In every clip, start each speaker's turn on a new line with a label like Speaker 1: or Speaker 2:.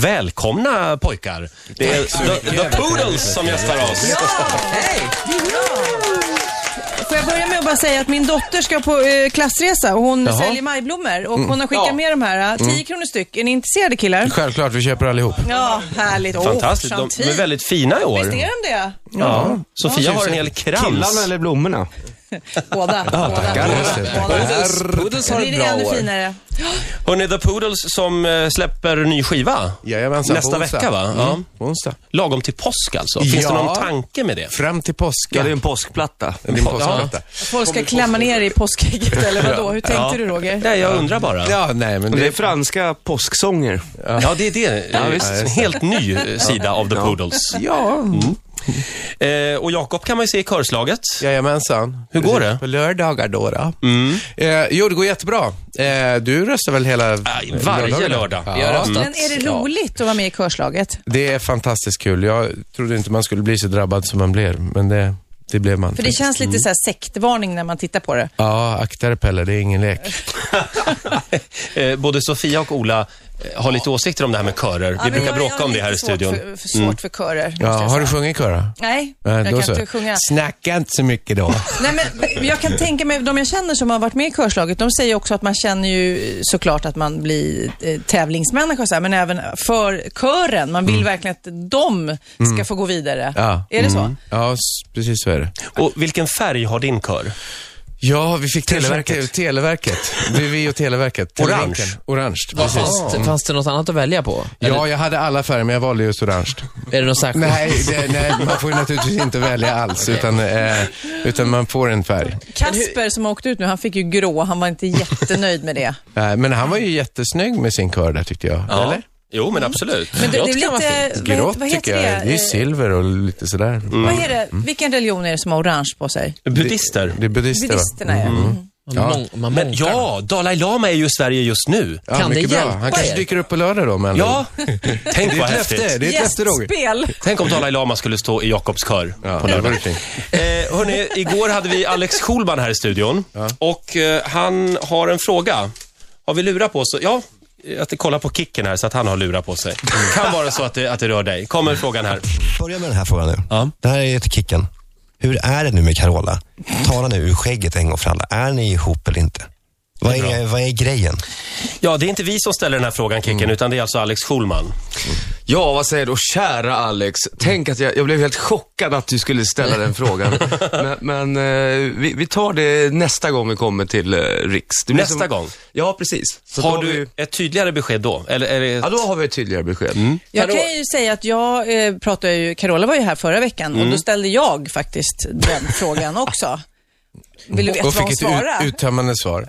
Speaker 1: välkomna pojkar. Det är The, the Poodles som gästar oss.
Speaker 2: Får jag börja med att bara säga att min dotter ska på eh, klassresa och hon
Speaker 1: Jaha.
Speaker 2: säljer majblommor och
Speaker 3: Mm.
Speaker 2: hon har skickat
Speaker 1: Ja.
Speaker 2: med de här, eh, 10 kronor styck. Är ni intresserade killar?
Speaker 3: Självklart, vi köper allihop.
Speaker 2: Ja, härligt. Åh,
Speaker 1: Fantastiskt, de, de
Speaker 2: chantil.
Speaker 1: är väldigt fina i år.
Speaker 2: Visst är de det?
Speaker 1: Ja. Sofia har en hel
Speaker 4: Killarna
Speaker 1: krans.
Speaker 4: eller blommorna?
Speaker 2: Båda. båda,
Speaker 3: tackar. Just det,
Speaker 2: båda,
Speaker 3: tackar.
Speaker 2: båda.
Speaker 5: Poodles
Speaker 2: Det
Speaker 5: har
Speaker 2: blir
Speaker 5: ett
Speaker 2: det
Speaker 5: bra
Speaker 2: ännu
Speaker 5: år.
Speaker 2: finare.
Speaker 1: Hörni, The Poodles som eh, släpper ny skiva
Speaker 3: Jajamensan,
Speaker 1: nästa
Speaker 3: på
Speaker 1: vecka va? Ja.
Speaker 3: Mm, på onsdag.
Speaker 1: Lagom till påsk alltså. Finns
Speaker 3: Ja.
Speaker 1: det någon tanke med det?
Speaker 3: Fram till
Speaker 5: Ja,
Speaker 3: påsken.
Speaker 5: det är en påskplatta.
Speaker 3: Din påskplatta.
Speaker 2: Folk ska klämma ner i påskägget eller vadå? Hur tänkte du Roger?
Speaker 1: Nej, jag undrar bara. Ja,
Speaker 3: Ja, nej men
Speaker 4: Det är
Speaker 3: det...
Speaker 4: franska påsksånger.
Speaker 1: det är det.
Speaker 4: Ja,
Speaker 1: Eh,
Speaker 4: visst.
Speaker 1: en helt ny eh, sida av The Poodles. Mm.
Speaker 3: Ja,
Speaker 1: Eh, och Jakob kan man ju se i körslaget.
Speaker 3: jajamensan.
Speaker 1: Hur går det?
Speaker 3: På lördagar då. då. Eh, jo, det går jättebra. Eh, du röstar väl hela...
Speaker 1: varje
Speaker 3: lördagen?
Speaker 1: lördag.
Speaker 3: Ja.
Speaker 5: Jag har röstat.
Speaker 2: Men är det roligt att vara med i körslaget?
Speaker 3: Det är fantastiskt kul. Jag trodde inte man skulle bli så drabbad som man blev, men det, det blev man.
Speaker 2: För det känns lite så här sektvarning när man tittar på det.
Speaker 3: Ja, akta dig Pelle, det är ingen lek.
Speaker 1: Eh, Både Sofia och Ola eh, har lite åsikter om det här med körer.
Speaker 2: Ja,
Speaker 1: Vi
Speaker 2: men
Speaker 1: brukar
Speaker 2: jag-
Speaker 1: bråka
Speaker 2: jag
Speaker 1: om
Speaker 2: har
Speaker 1: det här i
Speaker 2: lite
Speaker 1: studion.
Speaker 2: Svårt för, för, svårt för körer. måste
Speaker 3: Ja,
Speaker 2: jag
Speaker 3: har
Speaker 2: säga.
Speaker 3: du sjungit kör? då?
Speaker 2: Nej,
Speaker 3: Eh,
Speaker 2: jag
Speaker 3: då
Speaker 2: kan
Speaker 3: så.
Speaker 2: inte sjunga.
Speaker 3: Snacka inte så mycket då.
Speaker 2: Nej, men jag kan tänka mig, de jag känner som har varit med i körslaget, de säger också att man känner ju eh, såklart att man blir eh, tävlingsmänniska, och så här, men även för kören. Man vill verkligen att de ska få gå vidare.
Speaker 3: Mm. Ja. Mm.
Speaker 2: Är det så?
Speaker 3: Ja, s- precis så är det.
Speaker 1: Och vilken färg har din kör?
Speaker 3: Ja, vi fick Televerket.
Speaker 4: Televerket.
Speaker 3: Televerket. Det är vi och Televerket.
Speaker 1: Orange.
Speaker 3: Televerket. Orange,
Speaker 5: Vad
Speaker 3: precis.
Speaker 5: Fanns, det- fanns det något annat att välja på? Eller
Speaker 3: Ja, jag hade alla färger, men jag valde just orange.
Speaker 5: är det något särskilt?
Speaker 3: Nej, det, nej man får ju naturligtvis inte välja alls, utan, eh, utan man får en färg.
Speaker 2: Kasper som har åkt ut nu, han fick ju grå. Han var inte jättenöjd med det.
Speaker 3: Eh, men han var ju jättesnygg med sin kör där, tyckte jag.
Speaker 1: Ja.
Speaker 3: Eller?
Speaker 1: Jo, men absolut.
Speaker 2: Men det, det är
Speaker 5: Grått kan vara
Speaker 2: lite, vad,
Speaker 3: Grått,
Speaker 2: heter- vad
Speaker 3: tycker
Speaker 2: heter
Speaker 3: jag.
Speaker 2: det?
Speaker 3: Det är Mm. ju
Speaker 2: Eh,
Speaker 3: silver och lite sådär.
Speaker 2: Vad är det? Vilken religion är det som har orange på sig?
Speaker 1: Buddhister.
Speaker 3: Det är buddister, va?
Speaker 2: Buddhisterna, ja. Mm.
Speaker 5: Man
Speaker 3: Ja.
Speaker 5: mång- man
Speaker 1: Men
Speaker 5: månkar.
Speaker 1: ja, Dalai Lama är ju i Sverige just nu.
Speaker 3: Ja,
Speaker 5: Kan det
Speaker 3: mycket bra.
Speaker 5: hjälpa
Speaker 3: Han kanske
Speaker 5: er?
Speaker 3: dyker upp på lördag då, men
Speaker 1: Ja, tänk
Speaker 3: Det är
Speaker 1: vad
Speaker 3: ett löfte,
Speaker 1: häftigt.
Speaker 3: det är ett löfte, Roger.
Speaker 2: Gästspel.
Speaker 1: Tänk om Dalai Lama skulle stå i Jakobs kör.
Speaker 3: Ja, det var ju fint.
Speaker 1: Eh, hörni, igår hade vi Alex Schulman här i studion och eh, han har en fråga. Har vi lurat på oss? Ja, eh, att kolla på kicken här så att han har lurat på sig. Kan vara så att det, att det rör dig. Kommer frågan här.
Speaker 6: Börja med den här frågan nu.
Speaker 1: Ja.
Speaker 6: Det här är till Kicken. Hur är det nu med Carola? Tala nu ur skägget en gång för alla. Är ni ihop eller inte? Vad är, vad är grejen?
Speaker 1: Ja, det är inte vi som ställer den här frågan Kicken,
Speaker 7: Mm.
Speaker 1: utan det är alltså Alex Schulman.
Speaker 7: Ja, vad säger du? Och kära Alex, tänk att jag, jag blev helt chockad att du skulle ställa den frågan. Men, men eh, vi, vi tar det nästa gång vi kommer till eh, Riks. Det blir
Speaker 1: Nästa gång?
Speaker 7: Ja, precis. Så
Speaker 1: Har
Speaker 7: då
Speaker 1: du
Speaker 7: vi-
Speaker 1: ett tydligare besked då? Eller är det...
Speaker 7: Ja, då har vi ett tydligare besked.
Speaker 2: Jag kan ju säga att jag eh, pratade ju, Carola var ju här förra veckan och då ställde jag faktiskt den frågan också. Vill du veta
Speaker 3: Och
Speaker 2: vad
Speaker 3: fick
Speaker 2: hon
Speaker 3: ett ut,
Speaker 2: svarade?
Speaker 3: uttömmande svar.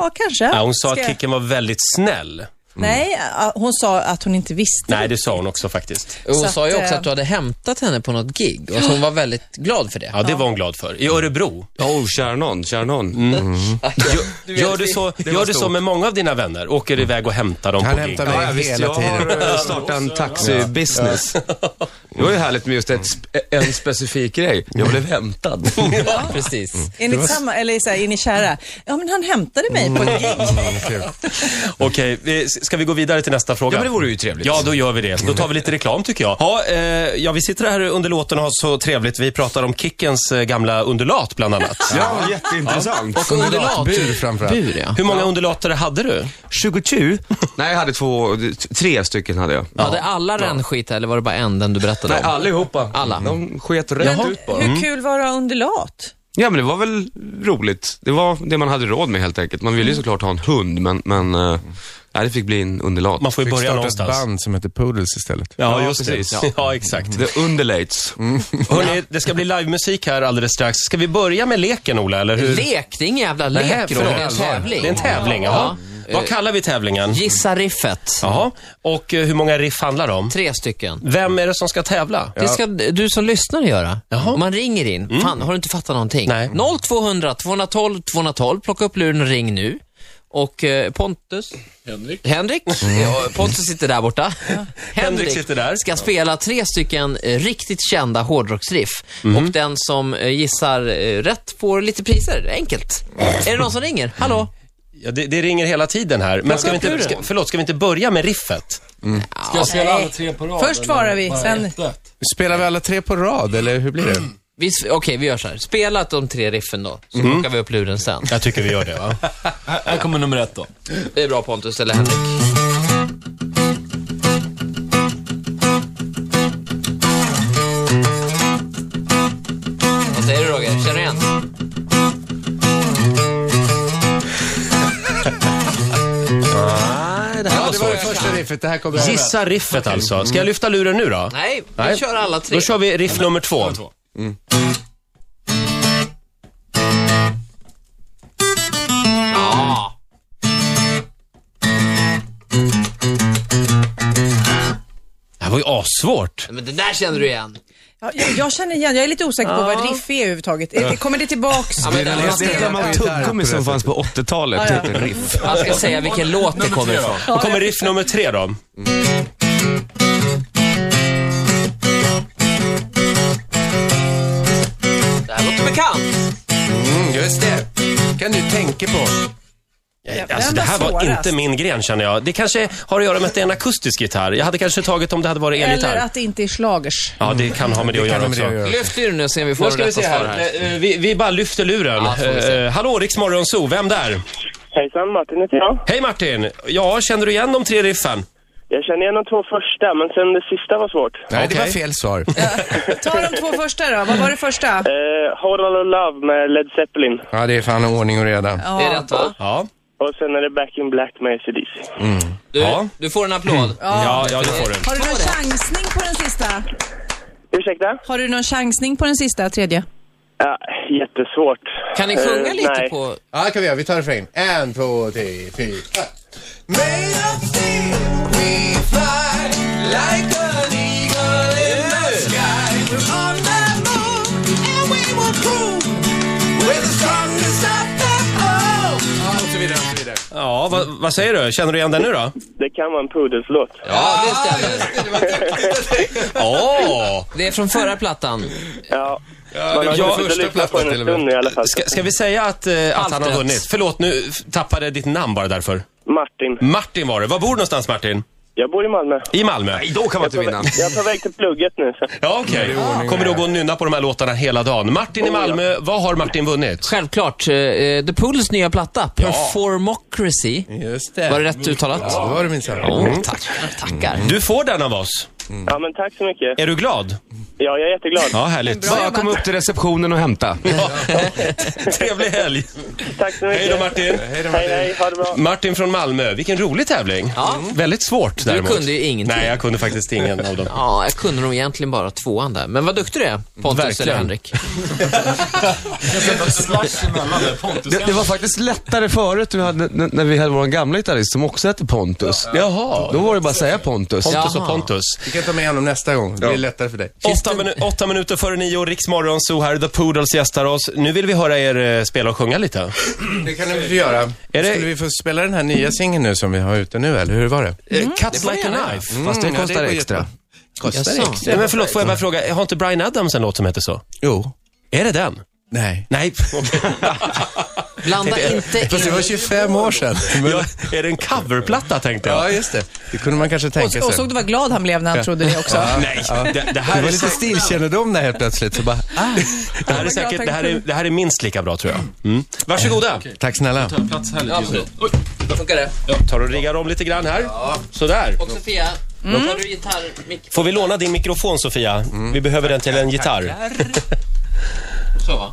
Speaker 2: Ja, kanske.
Speaker 1: Ja, hon sa
Speaker 2: Ska
Speaker 1: att
Speaker 2: jag-
Speaker 1: Kicken var väldigt snäll.
Speaker 2: Nej, eh, hon sa att hon inte visste.
Speaker 1: Nej, det sa hon också faktiskt.
Speaker 5: Och
Speaker 2: Så
Speaker 5: Hon sa ju
Speaker 2: att,
Speaker 5: också
Speaker 2: eh,
Speaker 5: att du hade hämtat henne på något gig och att hon var väldigt glad för det.
Speaker 1: Ja, det var hon glad för. I Örebro.
Speaker 7: Oh, kära nån, kära nån.
Speaker 1: Gör du så,
Speaker 7: var
Speaker 1: gör du så
Speaker 7: stort.
Speaker 1: med många av dina vänner? Åker iväg och hämtar dem
Speaker 3: Han
Speaker 1: på
Speaker 3: hämtar
Speaker 1: gig?
Speaker 3: mig
Speaker 7: Ja, visst,
Speaker 3: hela
Speaker 7: jag
Speaker 3: tiden.
Speaker 7: har eh, startat en taxibusiness. Det var ju härligt med just ett, sp- en specifik grej. Jag blev hämtad.
Speaker 5: Ja, precis.
Speaker 2: Är ni, samma, eller så här, är ni kära? Ja, men han hämtade mig på ett gig.
Speaker 1: Okej, eh, s- ska vi gå vidare till nästa fråga?
Speaker 7: Ja, men det vore ju trevligt.
Speaker 1: Ja, då gör vi det. Då tar vi lite reklam tycker jag. Ja, eh, ja vi sitter här under låten och har så trevligt. Vi pratar om Kickens eh, gamla underlat bland annat.
Speaker 7: Ja, jätteintressant.
Speaker 5: Och underlat.
Speaker 3: Bur framförallt.
Speaker 5: Bur, ja.
Speaker 1: Hur många undulater hade du?
Speaker 7: 22? Nej, jag hade två, tre stycken hade jag.
Speaker 5: Hade alla rännskit eller var det bara en, den du berättade
Speaker 7: Nej,
Speaker 5: om?
Speaker 7: allihopa.
Speaker 5: Alla.
Speaker 7: De sket rätt ut bara.
Speaker 2: Hur kul var det att ha underlat?
Speaker 7: Ja, men det var väl roligt. Det var det man hade råd med helt enkelt. Man ville ju såklart ha en hund, men, men eh, nej, det fick bli en underlat.
Speaker 1: Man får ju
Speaker 3: Fick
Speaker 1: börja
Speaker 3: starta ett
Speaker 1: någonstans.
Speaker 3: band som heter Poodles istället.
Speaker 1: Ja,
Speaker 7: Ja,
Speaker 1: just
Speaker 7: precis.
Speaker 1: det. Ja, exakt.
Speaker 7: The underlates.
Speaker 1: Hörrni, det ska bli livemusik här alldeles strax. Ska vi börja med leken, Ola, eller hur?
Speaker 5: Lek, det är ingen jävla lek
Speaker 1: Nej,
Speaker 5: Roger,
Speaker 1: förlåt.
Speaker 5: det är en tävling.
Speaker 1: Det är en tävling, jaha. Vad kallar vi tävlingen?
Speaker 5: Gissa riffet.
Speaker 1: Jaha. Och eh, hur många riff handlar det om?
Speaker 5: Tre stycken.
Speaker 1: Vem är det som ska tävla?
Speaker 5: Det ska du som lyssnar göra. Om man ringer in, fan har du inte fattat någonting?
Speaker 1: Mm. Nej.
Speaker 5: 0200 212 212, plocka upp luren och ring nu. Och eh, Pontus? Henrik. Henrik? Ja, Pontus sitter där borta.
Speaker 1: Mm. Henrik sitter där.
Speaker 5: ska spela tre stycken eh, riktigt kända hårdrocksriff.
Speaker 1: Mm.
Speaker 5: Och den som eh, gissar eh, rätt får lite priser, enkelt. Är det någon som ringer? Hallå?
Speaker 1: Ja, det, det ringer hela tiden här. Men ska vi, inte, ska, förlåt, ska vi inte börja med riffet?
Speaker 4: Ska jag spela
Speaker 2: Nej.
Speaker 4: alla tre på rad?
Speaker 2: Först
Speaker 4: eller
Speaker 2: svarar vi,
Speaker 4: bara
Speaker 2: sen-
Speaker 4: ett, ett?
Speaker 3: Spelar vi alla tre på rad, eller hur blir det?
Speaker 5: Vi s- Okej, vi gör så här. Spela de tre riffen då, så
Speaker 1: Mm.
Speaker 5: plockar vi upp luren sen.
Speaker 1: Jag tycker vi gör det, va?
Speaker 4: Här här kommer nummer ett då.
Speaker 5: Det är bra Pontus, eller Henrik. Vad säger du Roger? Känner du igen?
Speaker 1: Nej, det här var
Speaker 5: det var
Speaker 1: svårt.
Speaker 5: det första
Speaker 3: riffet, det här kommer jag
Speaker 1: Gissa riffet alltså. Ska jag lyfta luren nu då?
Speaker 5: Nej, vi
Speaker 1: Nej.
Speaker 5: kör alla tre.
Speaker 1: Då kör vi riff nummer två.
Speaker 4: Två.
Speaker 5: Ja.
Speaker 1: Det här var ju assvårt.
Speaker 5: Men det där känner du igen.
Speaker 2: Ja, jag, jag känner igen, jag är lite osäker på vad riff är överhuvudtaget. Är- Kommer det tillbaks?
Speaker 5: Ja, men det
Speaker 7: Det är ett gammalt tuggummi som fanns på 80-talet.
Speaker 2: Ja, ja.
Speaker 7: heter Riff.
Speaker 5: Man ska säga vilken låt det kommer ifrån.
Speaker 1: Då kommer riff nummer tre då.
Speaker 5: Det här låter bekant.
Speaker 3: Mm, just det. kan du tänka på.
Speaker 1: Alltså, det här var inte min gren känner jag. Det kanske har att göra med att det är en akustisk gitarr. Jag hade kanske tagit om det hade varit
Speaker 2: Eller
Speaker 1: elgitarr.
Speaker 2: att det inte är slagers.
Speaker 1: Ja, det kan ha med det att göra
Speaker 3: Kan det med det att
Speaker 1: också.
Speaker 3: göra?
Speaker 5: Lyft ur nu och se om vi får
Speaker 1: Nu ska vi
Speaker 5: rätta
Speaker 1: se
Speaker 5: svar
Speaker 1: här.
Speaker 5: här.
Speaker 1: Eh, Vi, vi bara lyfter luren.
Speaker 5: Ja, får vi se.
Speaker 1: Eh, Hallå, Riks Morgonzoo. Vem där?
Speaker 8: Hejsan, Martin heter jag.
Speaker 1: Hej Martin! Ja, känner du igen de tre riffen?
Speaker 8: Jag känner igen de två första, men sen det sista var svårt.
Speaker 3: Nej, det var
Speaker 1: Okej.
Speaker 3: fel svar.
Speaker 2: Ta de två första då. Vad var det första?
Speaker 8: Eh, Horror of Love med Led Zeppelin.
Speaker 3: Ja, det är fan ordning och reda.
Speaker 5: Det är rätt va?
Speaker 1: Ja.
Speaker 8: Och sen är det Back in Black med ACDC.
Speaker 5: Du,
Speaker 1: Ja. Mm.
Speaker 5: du får en applåd.
Speaker 1: Ja, ja, det får du.
Speaker 2: Har du någon chansning på den sista?
Speaker 8: Ursäkta?
Speaker 2: Har du någon chansning på den sista, tredje?
Speaker 8: Ja, jättesvårt.
Speaker 5: Kan ni sjunga
Speaker 8: Eh,
Speaker 5: lite
Speaker 8: nej.
Speaker 5: på...
Speaker 3: Ja, det kan vi göra. Vi tar refrängen. En, två, tre, fyra. Ja, och så vidare, och så vidare.
Speaker 1: Ja, vad, vad säger du? Känner du igen den nu då?
Speaker 8: Det kan vara en pudelslåt.
Speaker 5: Ja, det stämmer.
Speaker 1: Åh!
Speaker 5: Det är från förra plattan.
Speaker 8: Ja. Man har
Speaker 1: jag-
Speaker 8: suttit och
Speaker 3: första
Speaker 8: lyssnat på
Speaker 3: plattan
Speaker 8: den
Speaker 3: till
Speaker 8: en
Speaker 3: och med.
Speaker 8: stund i alla fall.
Speaker 1: Ska, ska vi säga att, eh, att
Speaker 5: Allt
Speaker 1: han har
Speaker 5: rätt.
Speaker 1: vunnit? Förlåt, nu f- tappade jag ditt namn bara därför.
Speaker 8: Martin.
Speaker 1: Martin var det. Var bor du någonstans Martin?
Speaker 8: Jag bor i Malmö.
Speaker 1: I Malmö?
Speaker 7: Nej, då kan man inte vinna.
Speaker 8: Jag är på väg till plugget nu. Så.
Speaker 1: Ja, okej. Kommer du att gå och nynna på de här låtarna hela dagen. Martin i Malmö, vad har Martin vunnit?
Speaker 5: Självklart. eh, The Pools nya platta, Performocracy.
Speaker 3: Just det.
Speaker 5: Var det rätt uttalat?
Speaker 3: Ja, det var det minsann.
Speaker 5: Åh, tackar, tackar.
Speaker 1: Du får den av oss.
Speaker 8: Ja, men tack så mycket.
Speaker 1: Är du glad?
Speaker 8: Ja, jag är jätteglad.
Speaker 1: Ja, härligt.
Speaker 7: Bara kom upp till receptionen och hämta.
Speaker 1: Trevlig helg.
Speaker 8: Tack så mycket.
Speaker 1: Hej då Martin.
Speaker 8: Hej, hej. Ha det bra.
Speaker 1: Martin från Malmö, vilken rolig tävling.
Speaker 5: Ja.
Speaker 1: Väldigt svårt däremot.
Speaker 5: kunde ju ingenting.
Speaker 1: Nej, jag kunde faktiskt ingen av dem.
Speaker 5: Ja, jag kunde nog egentligen bara tvåan där. Men vad duktig du är, Pontus
Speaker 1: Verkligen.
Speaker 5: eller Henrik.
Speaker 4: Jag kan sätta slash emellan där, Pontus.
Speaker 7: Det, det var faktiskt lättare förut när vi hade, när- när vi hade vår gamla gitarrist som också hette Pontus.
Speaker 1: Jaha.
Speaker 7: Då var det bara att säga Pontus.
Speaker 1: Pontus
Speaker 5: Jaha.
Speaker 1: och Pontus.
Speaker 3: Vi kan ta med honom nästa gång. Det blir lättare för dig.
Speaker 1: Åtta, minu- åtta minuter före nio, Riksmorgon, så här, The Poodles gästar oss. Nu vill vi höra er eh, spela och sjunga lite.
Speaker 3: Det kan vi få göra.
Speaker 1: Är det-
Speaker 3: Skulle vi få spela den här nya singeln nu som vi har ute nu, eller hur var det?
Speaker 1: Mm. Cuts like a
Speaker 5: gärna
Speaker 1: knife.
Speaker 7: Fast det
Speaker 3: Mm, ja,
Speaker 7: kostar
Speaker 3: går
Speaker 7: extra.
Speaker 3: jättebra. Kostar
Speaker 5: Jaså.
Speaker 3: extra?
Speaker 1: Nej, men förlåt, får jag bara fråga, har inte Brian Adams en låt som heter så?
Speaker 3: Jo.
Speaker 1: Är det den?
Speaker 3: Nej.
Speaker 1: Nej, okej.
Speaker 5: Blanda inte in...
Speaker 3: Fast det var 25 år sedan. Men-
Speaker 1: ja, Är det en coverplatta tänkte jag?
Speaker 3: Ja, just det. Det kunde man kanske tänka sig.
Speaker 2: Och såg du vad glad han blev när han trodde det också?
Speaker 1: Nej, det, det, här
Speaker 3: Det var
Speaker 1: är
Speaker 3: lite
Speaker 1: säkert,
Speaker 3: stilkännedom där helt plötsligt. Så bara, ah,
Speaker 1: det här är säkert, det här är, det här är minst lika bra tror jag. Mm. Varsågoda.
Speaker 3: tack snälla.
Speaker 4: Plats här lite just nu. Oj,
Speaker 5: Funkar det?
Speaker 1: Tar och riggar om lite grann här. Sådär.
Speaker 5: Och Sofia,
Speaker 3: Mm.
Speaker 5: tar du gitarrmick?
Speaker 1: Får vi låna din mikrofon Sofia? Vi behöver den till en gitarr.
Speaker 5: Så va?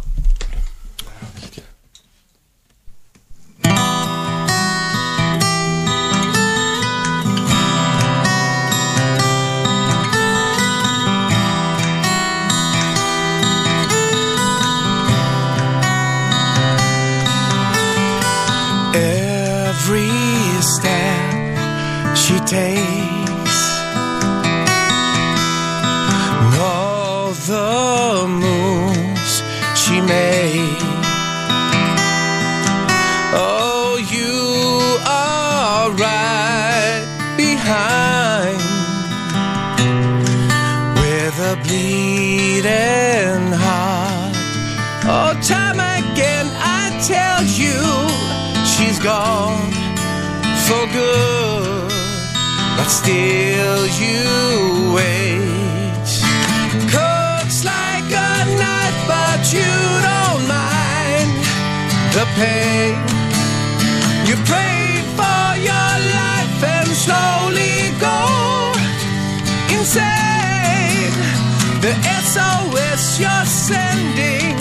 Speaker 9: Every step she takes, and all the moves she makes. Oh, you are right behind with a bleeding heart. Oh, time again I tell you, she's gone for good, but still you wait. Cuts like a knife, but you don't mind the pain. You pray for your life and slowly go insane. The SOS you're sending,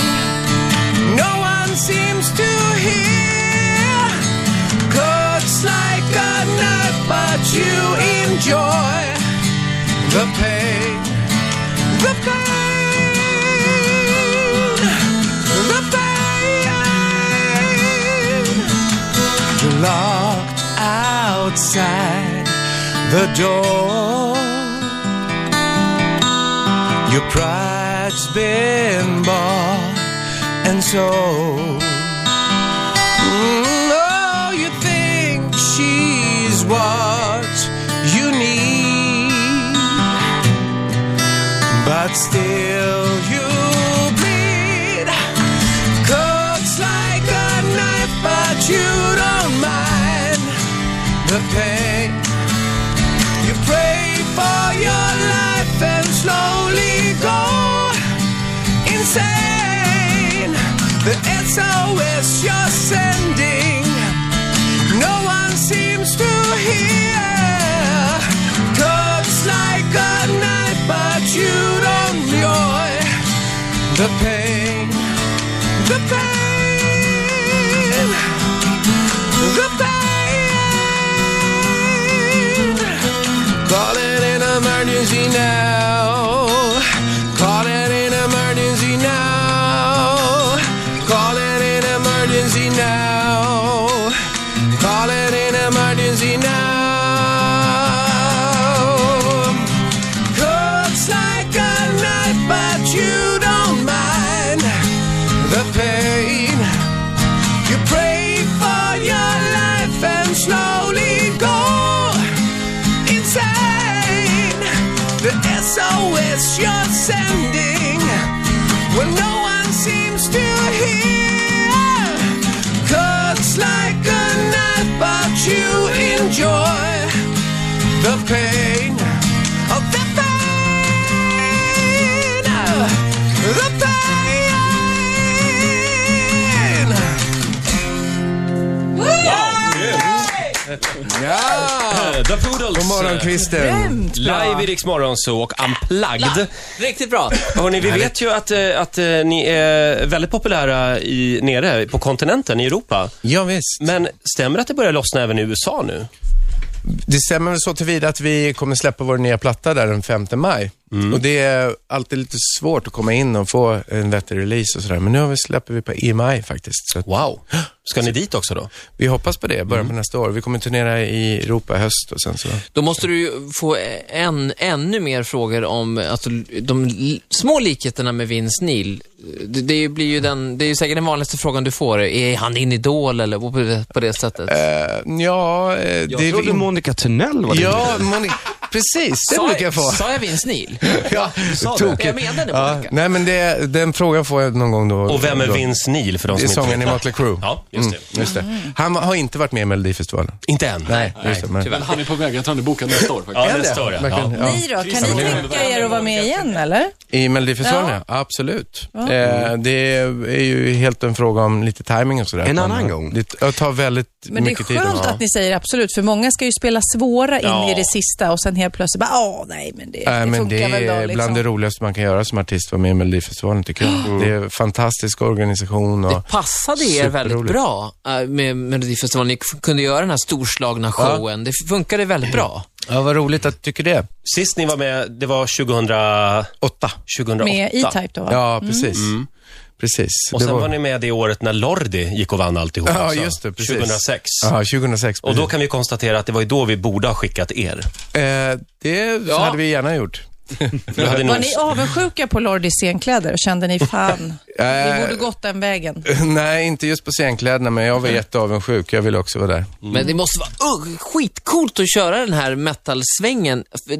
Speaker 9: no one seems to hear. Cuts like a knife, but you enjoy the pain. The pain. The pain. You're locked outside the door. Your pride's been bought and sold. Mm, oh, you think she's what you need, but still you bleed. Cuts like a knife, but you don't mind the pain. You pray for your life and slowly go insane. The SOS you're sending, no one seems to hear. Cuts like a knife, but you don't enjoy the pain. The pain. The pain. Call it an emergency now. Call it an emergency now. Call it an emergency now. Call it an emergency now. Cuts like a knife, but you don't mind the pain. You pray for your life and slowly go insane. The SOS you're sending when no one seems to hear. Cuts like a knife, but you enjoy the pain of the pain. The pain.
Speaker 1: The Poodles.
Speaker 3: God morgon Christer.
Speaker 2: Grymt bra.
Speaker 1: Live i Rix Morgonzoo och Unplugged.
Speaker 5: Riktigt bra.
Speaker 1: Hörrni, vi vet ju att, eh, att eh, ni är väldigt populära i, nere på kontinenten, i Europa.
Speaker 3: Ja, visst.
Speaker 1: Men stämmer det att det börjar lossna även i USA nu?
Speaker 3: Det stämmer väl så tillvida att vi kommer släppa vår nya platta där den 5 maj. Och det är alltid lite svårt att komma in och få en vettig release och sådär. Men nu har vi, släpper vi på E i maj faktiskt. Så att
Speaker 1: Wow. Ska ni dit också då?
Speaker 3: vi hoppas på det, början på nästa år. Vi kommer turnera i Europa i höst och sen så. Eh,
Speaker 5: Då måste du ju få en, ännu mer frågor om alltså, de l- små likheterna med Vince Neil. Det, det, blir ju den, det är ju säkert den vanligaste frågan du får. Är han din idol eller på det, på det sättet?
Speaker 3: Eh, ja, eh,
Speaker 7: Jag
Speaker 3: det...
Speaker 7: trodde Monica Tunnell var din
Speaker 3: Ja, Monica. Precis, det
Speaker 5: Sa-
Speaker 3: brukar jag få.
Speaker 5: Sa jag Vince Neil?
Speaker 3: Ja,
Speaker 5: det. Jag menade Monica.
Speaker 3: nej, men det, den frågan får jag någon gången då.
Speaker 1: Och vem är
Speaker 3: då.
Speaker 1: Vince Neil för de
Speaker 3: Det är
Speaker 1: som inte
Speaker 3: sången i
Speaker 1: vet?
Speaker 3: Mötley Crüe.
Speaker 1: Ja, just det.
Speaker 3: Just det.
Speaker 7: Mm.
Speaker 3: Han har inte varit med i Melodifestivalen.
Speaker 1: Inte än.
Speaker 3: Nej, just det. Men...
Speaker 4: Han är på väg, jag tror han är bokad nästa år faktiskt.
Speaker 1: Ja, det står det. Ja.
Speaker 3: Verkligen, ja.
Speaker 2: Ni då, kan ni tänka er att vara med igen eller?
Speaker 3: I Melodifestivalen, ja. Absolut. Eh, det är ju helt en fråga om lite timing och sådär.
Speaker 7: En
Speaker 3: Men,
Speaker 7: annan
Speaker 3: eh,
Speaker 7: gång.
Speaker 3: Det jag tar väldigt
Speaker 2: Men det är
Speaker 3: mycket tid.
Speaker 2: skönt att ni säger absolut, för många ska ju spela svåra in
Speaker 1: Ja.
Speaker 2: i det sista och sen helt plötsligt bara, ja, nej, men det,
Speaker 3: Nej,
Speaker 2: det
Speaker 3: men
Speaker 2: funkar
Speaker 3: det
Speaker 2: väl
Speaker 3: är
Speaker 2: bra
Speaker 3: bland
Speaker 2: liksom.
Speaker 3: det roligaste man kan göra som artist, vara med i Melodifestivalen tycker jag.
Speaker 1: Mm.
Speaker 3: Det är en fantastisk organisation och...
Speaker 5: Det passade er väldigt
Speaker 3: Superroligt.
Speaker 5: bra eh, med Melodifestivalen. Ni f- kunde göra den här storslagna showen. Det funkade väldigt bra.
Speaker 3: Ja, vad roligt att du tycker det.
Speaker 1: Sist ni var med, det var 2000...
Speaker 3: Åtta.
Speaker 1: 2008.
Speaker 2: Med E-Type då va?
Speaker 3: Ja, precis. Precis.
Speaker 1: Mm. Och
Speaker 3: Det
Speaker 1: sen var... ni med det året när Lordi gick och vann alltihop
Speaker 3: Ja,
Speaker 1: också.
Speaker 3: just det, precis.
Speaker 1: 2006.
Speaker 3: Ja, 2006.
Speaker 1: Och då
Speaker 3: precis.
Speaker 1: kan vi konstatera att det var ju då vi borde ha skickat er.
Speaker 3: Eh, det
Speaker 5: Ja.
Speaker 3: hade vi gärna gjort.
Speaker 1: För då hade
Speaker 2: Var
Speaker 1: nog...
Speaker 2: ni avundsjuka på Lordis scenkläder? Kände ni fan, vi
Speaker 3: Eh.
Speaker 2: borde gått den vägen?
Speaker 3: Nej, inte just på scenkläderna, men jag var
Speaker 9: Mm.
Speaker 3: jätteavundsjuk. Jag ville också vara där.
Speaker 5: Men det måste vara uh, skitcoolt att köra den här metal-svängen. För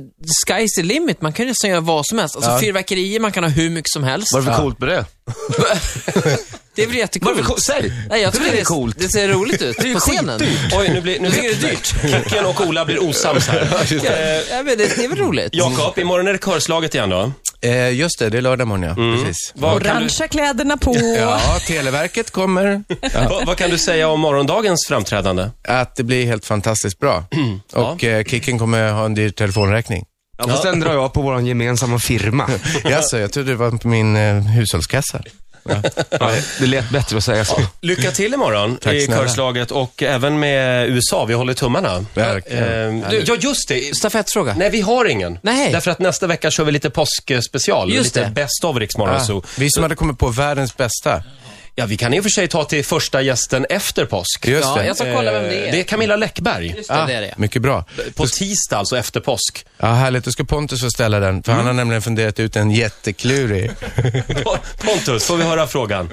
Speaker 5: Sky's the limit. Man kan ju nästan göra vad som helst. Alltså fyrverkerier, man kan ha hur mycket som helst.
Speaker 7: Varför coolt med det?
Speaker 5: Det är väl jättecoolt?
Speaker 7: Varför, säg!
Speaker 5: Nej, jag tycker
Speaker 7: är
Speaker 5: det,
Speaker 7: coolt.
Speaker 5: det ser roligt ut på scenen.
Speaker 1: Oj, nu blir, nu
Speaker 5: tycker
Speaker 1: blir
Speaker 5: det är dyrt.
Speaker 1: Kicken och Ola blir osams här. Eh,
Speaker 5: Ja, men det, det är väl roligt?
Speaker 1: Jakob, imorgon är det körslaget igen då.
Speaker 9: Eh, just det, det är lördag morgon, ja.
Speaker 3: Mm.
Speaker 9: Precis.
Speaker 1: Vad kan, du,
Speaker 2: Orangea kläderna på.
Speaker 9: Ja, Televerket kommer
Speaker 1: vad, vad kan du säga om morgondagens framträdande?
Speaker 9: att det blir helt fantastiskt bra. Och eh, Kicken kommer ha en dyr telefonräkning.
Speaker 7: Ja, fast den drar jag på vår gemensamma firma.
Speaker 9: Jaså, jag trodde det var på min eh, hushållskassa.
Speaker 7: Ja, det lät bättre att säga så.
Speaker 1: Lycka till imorgon
Speaker 9: Tack
Speaker 1: i
Speaker 9: snälla.
Speaker 1: körslaget och även med USA. Vi håller tummarna.
Speaker 9: Verkligen.
Speaker 1: Eh, du, ja, just det.
Speaker 5: Stafettfråga.
Speaker 1: Nej, vi har ingen.
Speaker 5: Nej.
Speaker 1: Därför att nästa vecka kör vi lite påskspecial.
Speaker 5: Just
Speaker 1: lite
Speaker 5: det.
Speaker 1: bäst av Rix
Speaker 9: Ah.
Speaker 1: Morgon Zoo.
Speaker 9: Vi som hade kommit på världens bästa.
Speaker 1: Ja, vi kan i och för sig ta till första gästen efter påsk. Eh,
Speaker 9: Just
Speaker 5: Ja,
Speaker 9: det.
Speaker 5: jag ska kolla vem det är.
Speaker 1: Det är Camilla Läckberg.
Speaker 5: Just
Speaker 9: Ah.
Speaker 5: det, det är det.
Speaker 9: Mycket bra.
Speaker 1: På tisdag, alltså efter påsk.
Speaker 9: Ja, härligt. Då ska Pontus få ställa den, för
Speaker 3: Mm.
Speaker 9: han har nämligen funderat ut en jätteklurig.
Speaker 1: Pontus, får vi höra frågan?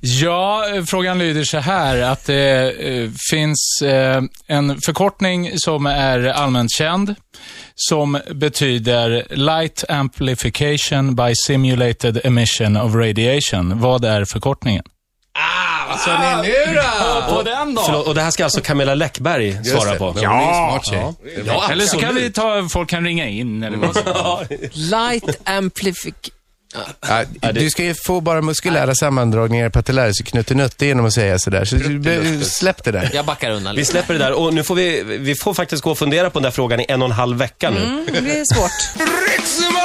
Speaker 8: Ja, eh, frågan lyder så här att det eh, finns eh, en förkortning som är allmänt känd som betyder Light Amplification by Simulated Emission of Radiation. Vad är förkortningen? Ah, vad sa ni nu då? På den då?
Speaker 1: Förlåt, och det här ska alltså Camilla Läckberg svara på.
Speaker 9: Ja. Smart tjej.
Speaker 1: Ja,
Speaker 8: Eller så kan vi
Speaker 1: absolut.
Speaker 8: ta, folk kan ringa in eller vad som helst.
Speaker 5: Light amplific...
Speaker 9: Ja, du ska ju få bara muskulära sammandragningar i patellär, så knutte genom att säga sådär. Så du, be- släpp det där.
Speaker 5: Jag backar undan
Speaker 1: Vi
Speaker 5: lite.
Speaker 1: släpper det där och nu får vi, vi får faktiskt gå och fundera på den där frågan i en och en halv vecka nu.
Speaker 2: Mm, det blir svårt.
Speaker 10: Ritzemorgon!